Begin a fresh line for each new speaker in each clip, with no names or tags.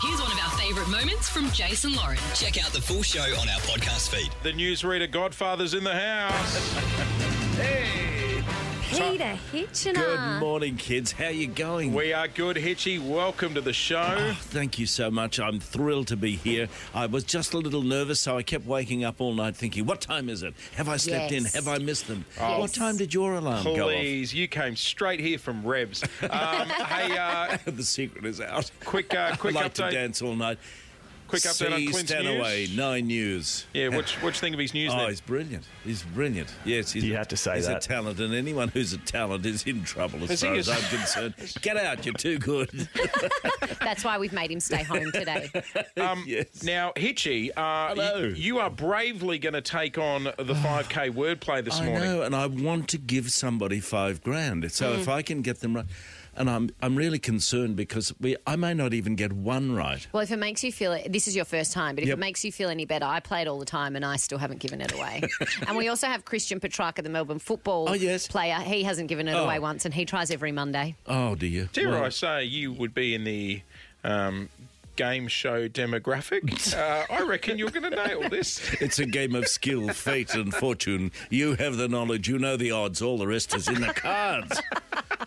Here's one of our favourite moments from Jason Lauren.
Check out the full show on our podcast feed.
The newsreader Godfather's in the house.
Peter Hitchener.
Good morning, kids. How you going?
We are good, Hitchy. Welcome to the show.
Oh, thank you so much. I'm thrilled to be here. I was just a little nervous, so I kept waking up all night thinking, what time is it? Have I slept in?
Yes.
Have I missed them? What
Yes.
time did your alarm go off?
Please, you came straight here from Rebs. Um, hey, uh,
the secret is out.
quick, uh, quick
I like to
update.
dance all night.
Quick update
See
on Clint's
Stanaway,
news.
Nine News.
Yeah, what you- what you think of his news?
Oh,
then?
he's brilliant. He's brilliant. Yes, he's
You
a,
had to say
he's
that.
a talent, and anyone who's a talent is in trouble as
Is he
far
a-
as I'm concerned. Get out, you're too good.
That's why we've made him stay home today.
Um,
yes.
Now, Hitchy, uh,
Hello.
you, you are bravely going to take on the 5K wordplay this
I
morning.
know, and I want to give somebody five grand. So
Mm.
if I can get them right, and I'm I'm really concerned because we I may not even get one right.
Well, if it makes you feel this is your first time, but if
Yep.
it makes you feel any better, I play it all the time and I still haven't given it away. and we also have Christian Petrarca, the Melbourne football
Oh, yes.
player. He hasn't given it
Oh.
away once and he tries every Monday.
Oh dear.
Dare
Well,
I say, you would be in the um, game show demographic. uh, I reckon you're going to nail this.
It's a game of skill, fate, and fortune. You have the knowledge, you know the odds. All the rest is in the cards.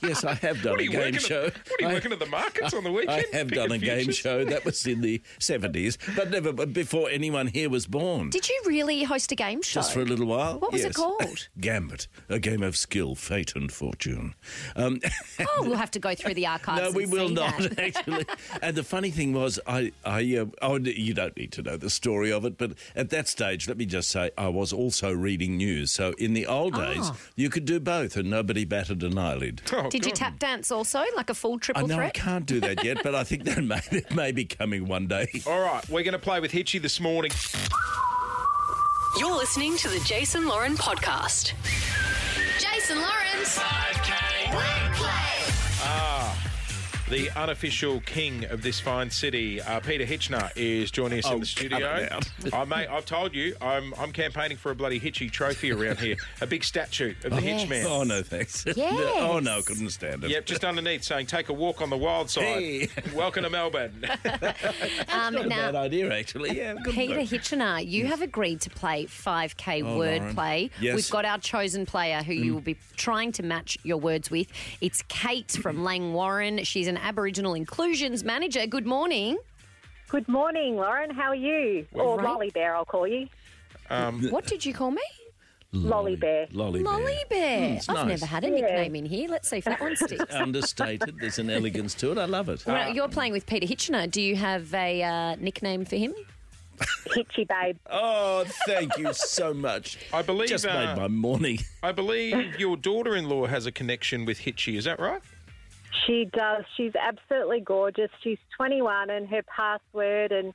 Yes, I have done
What are
a
you,
game
working,
show.
At, what are you
I-
working at the markets on the weekend?
I have
Pick
done
your
a game
futures?
show that was in the seventies, but never but before anyone here was born.
Did you really host a game show?
Just for a little while.
What was it
Yes.
called?
Gambit, a game of skill, fate, and fortune. Um,
oh, we'll have to go through the archives.
No, we
and
will
see
not
that.
actually. And the funny thing was, I, I, uh, oh, you don't need to know the story of it, but at that stage, let me just say, I was also reading news. So in the old
Ah.
days, you could do both, and nobody batted an eyelid.
Oh,
Did you
God.
tap dance also, like a full
I
triple
know I
threat?
can't do that yet, but I think that may, that may be coming one day.
All right, we're going to play with Hitchy this morning.
You're listening to the Jason Lauren podcast. Jason Lawrence. 5K wordplay.
The unofficial king of this fine city, uh, Peter Hitchner, is joining us
Oh,
in the
cut
studio.
it out.
I mate, I've told you, I'm I'm campaigning for a bloody Hitchy trophy around here, a big statue of the
Yes.
Hitchman.
Oh no, thanks.
Yes.
oh no, couldn't stand it.
Yep, just underneath saying, "Take a walk on the wild side."
Hey.
Welcome to Melbourne.
Um,
Not a
now,
bad idea actually. Yeah, good
Peter
work. Oh,
Hitchener, you have agreed to play 5K
Lauren.
wordplay.
Yes. Mm.
We've got our chosen player who you will be trying to match your words with. It's Kate from
Mm.
Lang Warren. She's an Aboriginal Inclusions Manager. Good morning.
Good morning, Lauren. How are you? or
Right.
Lolly Bear, I'll call you.
What did you call me?
Lolly Bear.
Lolly bear.
Lolly Bear.
Mm, it's
I've
nice.
never had a nickname in here. Let's see if that one sticks.
Understated. There's an elegance to it. I love it.
Well, you're playing with Peter Hitchener. Do you have a uh, nickname for him?
Hitchy babe.
Oh, thank you so much.
I believe,
just
uh,
made my morning.
I believe your daughter-in-law has a connection with Hitchy. Is that right?
She does. She's absolutely gorgeous. She's 21 and her password and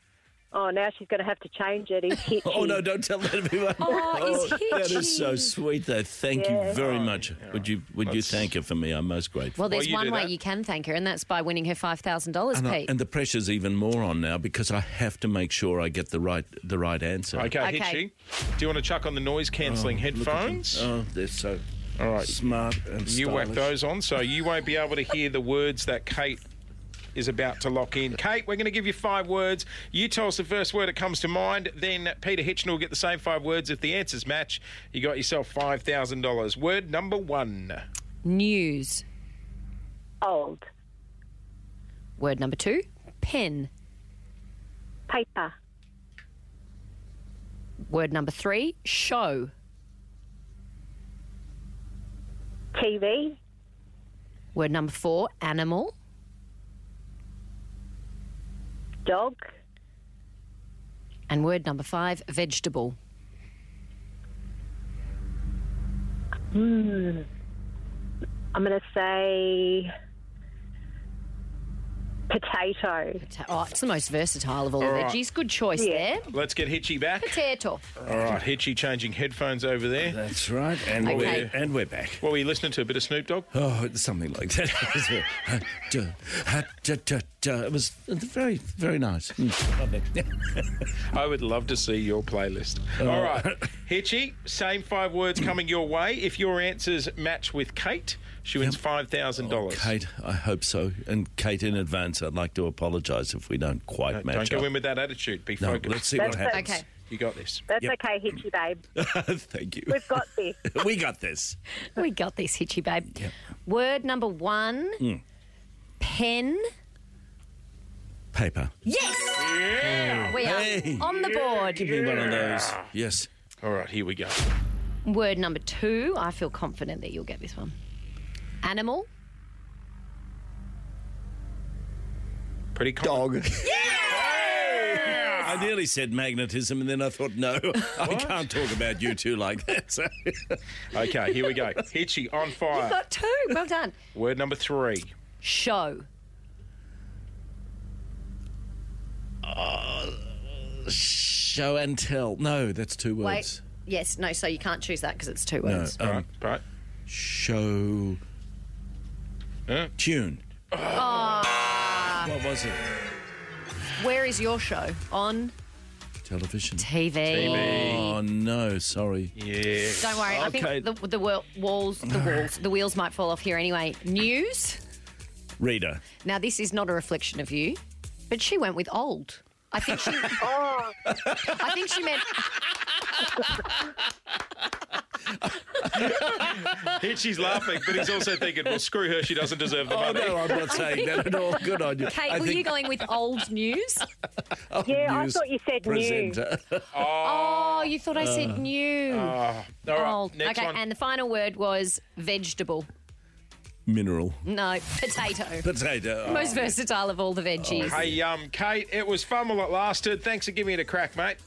oh, now she's going to have to change it. Is Hitchy.
Oh no! Don't tell that to everyone.
Oh, is
that is
Hitchy.
so sweet, though. Thank you very much. Would you Would you thank her for me? I'm most grateful.
Well, there's
you
one
do
way
that.
you can thank her, and that's by winning her
and,
$5,000,
I-
Pete.
and the pressure's even more on now because I have to make sure I get the right the right answer.
Okay,
Okay.
Hitchy. Do you want to chuck on the noise-cancelling headphones?
Oh, they're so
All right.
smart and
You whack
stylish.
those on, so you won't be able to hear the words that Kate is about to lock in. Kate, we're going to give you five words. You tell us the first word that comes to mind. Then Peter Hitchin will get the same five words. If the answers match, you got yourself five thousand dollars. Word number one.
News.
Old.
Word number two, pen.
Paper.
Word number three, show.
TV.
Word number four, animal.
Dog.
And word number five, vegetable.
I'm going to say potato.
Ta- Oh, it's the most versatile of all, the
right.
veggies. Good choice there.
Let's get Hitchy back.
Potato.
All right, Hitchy changing headphones over there.
That's right. And
Okay.
we're and we're back.
What were you listening to? A bit of Snoop Dogg?
Oh, it's something like that. Ha, da, ha, da, da, da. it was very, very nice. Mm, lovely.
I would love to see your playlist. All right, Hitchy, same five words coming your way. If your answers match with Kate, She wins $5,000.
Kate, I hope so. And Kate, in advance, I'd like to apologise if we don't quite
Don't-
match
Don't go
up.
in with that attitude. Be
no,
focused.
let's see
That's
what happens.
Okay.
You got this.
That's
Yep.
okay, Hitchy babe.
Thank you.
We've got this.
we got this.
We got this, Hitchy babe. Word number one pen.
Paper.
Yes! We are
Hey.
on the board.
Give me one of those. Yes.
All right, here we go.
Word number two. I feel confident that you'll get this one. Animal.
Pretty common. Dog.
I nearly said magnetism, and then I thought, no, I can't talk about you two like that. So.
Okay, here we go. Hitchy on fire.
Got two. Well done.
Word number three.
Show.
Show and tell. No, that's two
Wait.
words.
Yes, no, so you can't choose that because it's two words.
Um,
All right, right.
Show.
Huh?
Tune. What was it?
Where is your show? On
Television.
TV.
Oh, no, sorry.
Yeah.
Don't worry,
Okay.
I think the, the wel- walls, the walls, the wheels might fall off here anyway. News.
Reader.
Now, this is not a reflection of you, but she went with old. I think she.
Oh,
I think she meant.
Hitchy's laughing, but he's also thinking, well, screw her, she doesn't deserve the
Oh,
money.
no, I'm not saying that at all. Good on you.
Kate,
I
were you
think
going with old news?
old
Yeah, I
news
thought you said news.
presenter.
Oh, you thought I
Uh.
said new.
All right,
old.
next
Oh, okay,
one.
and the final word was vegetable.
Mineral.
No, potato.
Potato. Oh.
Most versatile of all the veggies.
Hey, um, Kate, it was fun while it lasted. Thanks for giving it a crack, mate.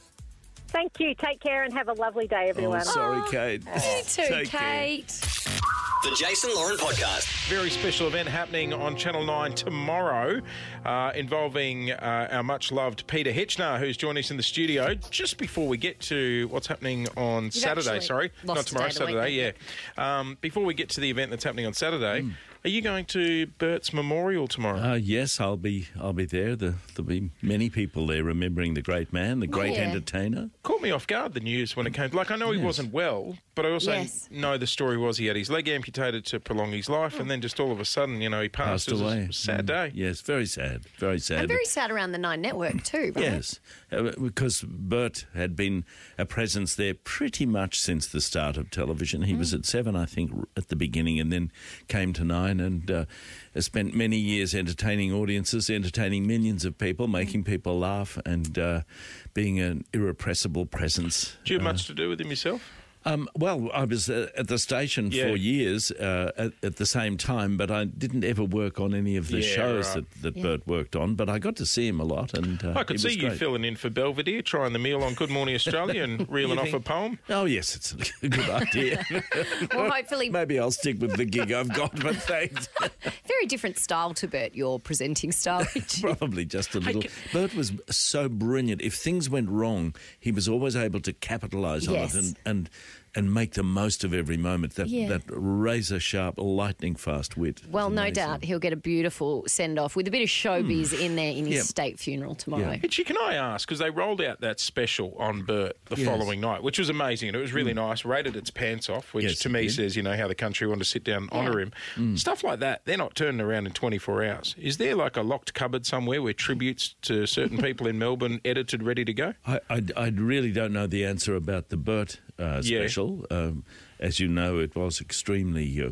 thank you. Take care and have a lovely day, everyone.
Oh, sorry, Kate.
you Oh. too,
Take care.
Kate.
The Jason Lauren Podcast.
Very special event happening on Channel 9 tomorrow uh, involving uh, our much loved Peter Hitchner, who's joined us in the studio just before we get to what's happening on Saturday.
actually
Sorry,
lost
not tomorrow,
a day of the
Saturday, yeah. Um, before we get to the event that's happening on Saturday, are you going to Bert's Memorial tomorrow?
Hmm. Uh, yes, I'll be. I'll be there. The, there'll be many people there remembering the great man, the great
Yeah.
entertainer.
caught me off guard the news when it came. Like I know he wasn't well, but I also
Yes.
know the story was he had his leg amputated to prolong his life, and then just all of a sudden, you know, he passed,
Passed
It was a
away.
sad
Mm.
day.
Yes, very sad. Very sad.
I'm very sad around the Nine Network too. Right?
Yes, uh, because Bert had been a presence there pretty much since the start of television. He was at seven, I think, r- at the beginning, and then came to nine and uh, spent many years entertaining audiences, entertaining millions of people, making people laugh, and uh, being an irrepressible presence.
Do you have much to do with him yourself?
Um, well, I was uh, at the station
Yeah.
for years uh, at, at the same time, but I didn't ever work on any of the
Yeah,
shows
right.
that, that Bert worked on. But I got to see him a lot, and uh,
I could
it
see
was
you
great.
filling in for Belvedere, trying the meal on Good Morning Australia and reeling off a poem.
Oh yes, it's a good idea.
Well, hopefully,
Maybe I'll stick with the gig I've got, but thanks.
very different style to Bert, your presenting style. Richie.
Probably just a little. Bert was so brilliant. If things went wrong, he was always able to capitalise on
Yes.
it and, and and make the most of every moment. That
Yeah.
that razor sharp, lightning fast wit. It's
well, no
amazing. Mm.
doubt he'll get a beautiful send off with a bit of showbiz in there in his
Yeah.
state funeral tomorrow.
Yeah.
Actually, can I ask? Because they rolled out that special on Bert the
Yes. Mm.
following night, which was amazing and it was really nice. Rated its pants off, which
Yes,
to
it
me
did. Mm.
says, you know, how the country wanted to sit down and honour him. Stuff like that, they're not turning around in 24 hours. Is there like a locked cupboard somewhere where tributes to certain people in Melbourne edited, ready to go?
I, I, I really don't know the answer about the Burt uh,
Yeah.
special. Um, as you know, it was extremely uh,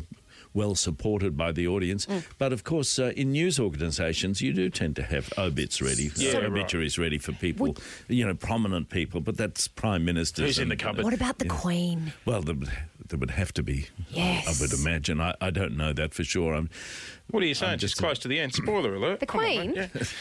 well supported by the audience.
Mm.
But of course, uh, in news organisations, you do tend to have obits ready,
Yeah, right.
obituaries ready for people, you know, prominent people. But that's prime ministers.
Who's in
and-
the cupboard?
What about the Queen?
Well, there, would- there would have to be. I-
Yes.
I would imagine. I, I don't know that for sure. I'm,
What are you saying? Just,
just a-
close to the end. Spoiler alert.
The
Come on,
Queen?
mate. Yeah.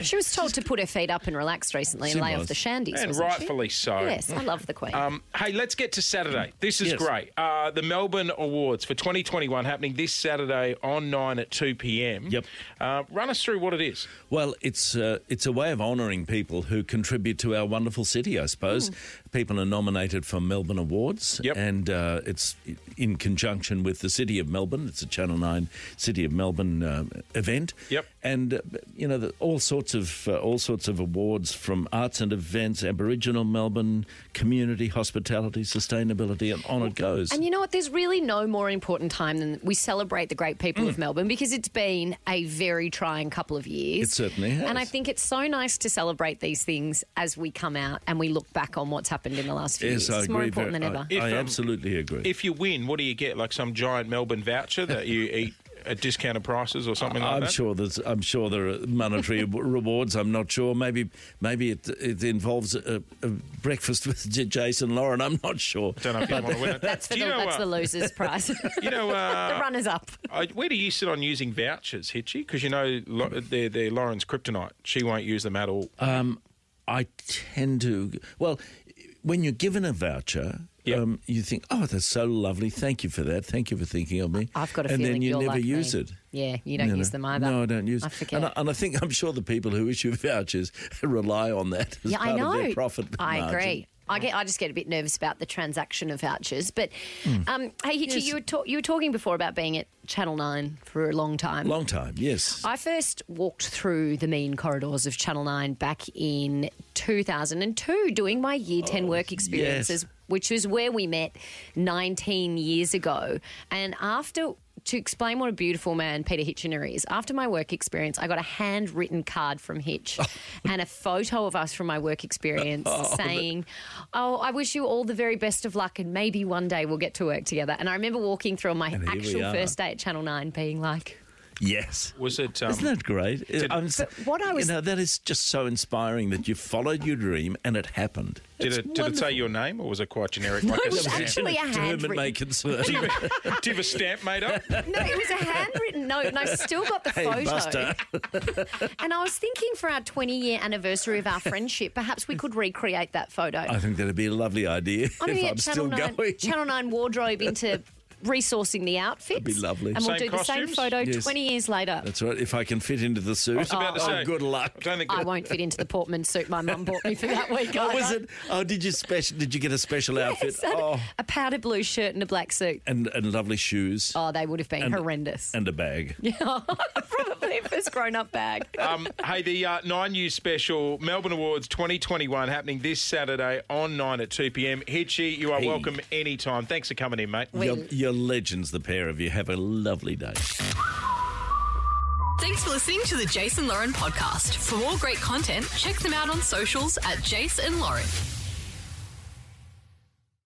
She was told to put her feet up and relax recently and
She
lay off
was.
the shandies.
And
wasn't she?
rightfully so.
Yes, I love the Queen.
Um, hey, let's get to Saturday. This is
Yes.
great. Uh, the Melbourne Awards for 2021 happening this Saturday on 9 at 2 p.m.
Yep.
Uh, run us through what it is.
Well, it's uh, it's a way of honouring people who contribute to our wonderful city, I suppose.
Hmm.
People are nominated for Melbourne Awards,
Yep.
and uh, it's in conjunction with the City of Melbourne. It's a Channel Nine City of Melbourne uh, event.
Yep.
And uh, you know the, all sorts of uh, all sorts of awards from arts and events, Aboriginal Melbourne community hospitality, sustainability, and on it goes.
And you know what? There's really no more important time than we celebrate the great people
Mm.
of Melbourne because it's been a very trying couple of years.
It certainly has.
And I think it's so nice to celebrate these things as we come out and we look back on what's happened in the last few
yes,
years.
I
it's
agree.
more important
very-
than
I-
ever.
I,
If, um,
absolutely agree.
If you win, what do you get? Like some giant Melbourne voucher that you eat at discounted prices or something like
I'm
that?
sure there's. I'm sure there are monetary ab- rewards. I'm not sure. Maybe maybe it it involves a, a breakfast with J- Jason Lauren. I'm not sure.
Don't know if you want to win it.
That's, for
Do
the,
you know,
that's
uh,
the loser's prize.
You know, uh,
the runners up.
I, where do you sit on using vouchers, Hitchy? Because you know Lo- they're, they're Lauren's kryptonite. She won't use them at all.
Uh, I tend to. Well, when you're given a voucher.
Yep.
Um, you think, oh, that's so lovely. Thank you for that. Thank you for thinking of me.
I've got a
and
feeling
then you
you're
never
like
use
me.
it.
Yeah, you don't
know.
use them either.
No, I don't use.
I forget.
And I, and I think I'm sure the people who issue vouchers rely on that as
yeah,
part
I know.
of their profit
I
margin.
agree. I get. I just get a bit nervous about the transaction of vouchers. But
Hmm.
um, hey, Hitchy, you were ta- you were talking before about being at Channel Nine for a long time.
Long time, yes.
I first walked through the mean corridors of Channel 9 back in 2002 doing my year 10
Oh,
work experiences, which was where we met 19 years ago. And after. To explain what a beautiful man Peter Hitchener is, after my work experience, I got a handwritten card from
Oh.
Hitch and a photo of us from my work experience saying, Oh, I wish you all the very best of luck and maybe one day we'll get to work together. And I remember walking through on my
And here we
actual
are.
first day at Channel 9 being like,
yes.
Was it? Um,
Isn't that great? I'm s-
But what I was-
you know, that is just so inspiring that you followed your dream and it happened.
did
It's
it? Did it say your name, or was it quite generic? like
it was
stamp?
actually- a
To whom it may
handwritten-
concern.
Do you, have- do you have a stamp made up?
No, it was a handwritten note, and I've still got the
Hey,
photo.
Buster.
And I was thinking for our 20 year anniversary of our friendship, perhaps we could recreate that photo.
I think that'd be a lovely idea
I'm
if
gonna
I'm
get
still
Channel 9,
going.
Channel 9 wardrobe into resourcing the outfits.
be lovely.
And we'll
Same
do the same
costumes?
photo
Yes.
20 years later.
That's right. If I can fit into the suit,
about to
oh,
say.
good
I
luck.
don't think.
I won't fit into the Portman suit my mum bought me for that week.
Oh, was
either.
it? Oh, did you special? Did you get a special outfit?
Yes, I had
Oh,
A powder blue shirt and a black suit.
and and lovely shoes
Oh, they would have been
And-
horrendous.
and a bag.
Probably a first grown up bag.
Um, hey, the uh, Nine News special, Melbourne Awards 2021, happening this Saturday on Nine at 2 p.m. Hitchy, you are
Hey.
welcome anytime. Thanks for coming in, mate.
You're, you're legends, the pair of you. Have a lovely day.
Thanks for listening to the Jason Lauren podcast. For more great content, check them out on socials at Jason Lauren.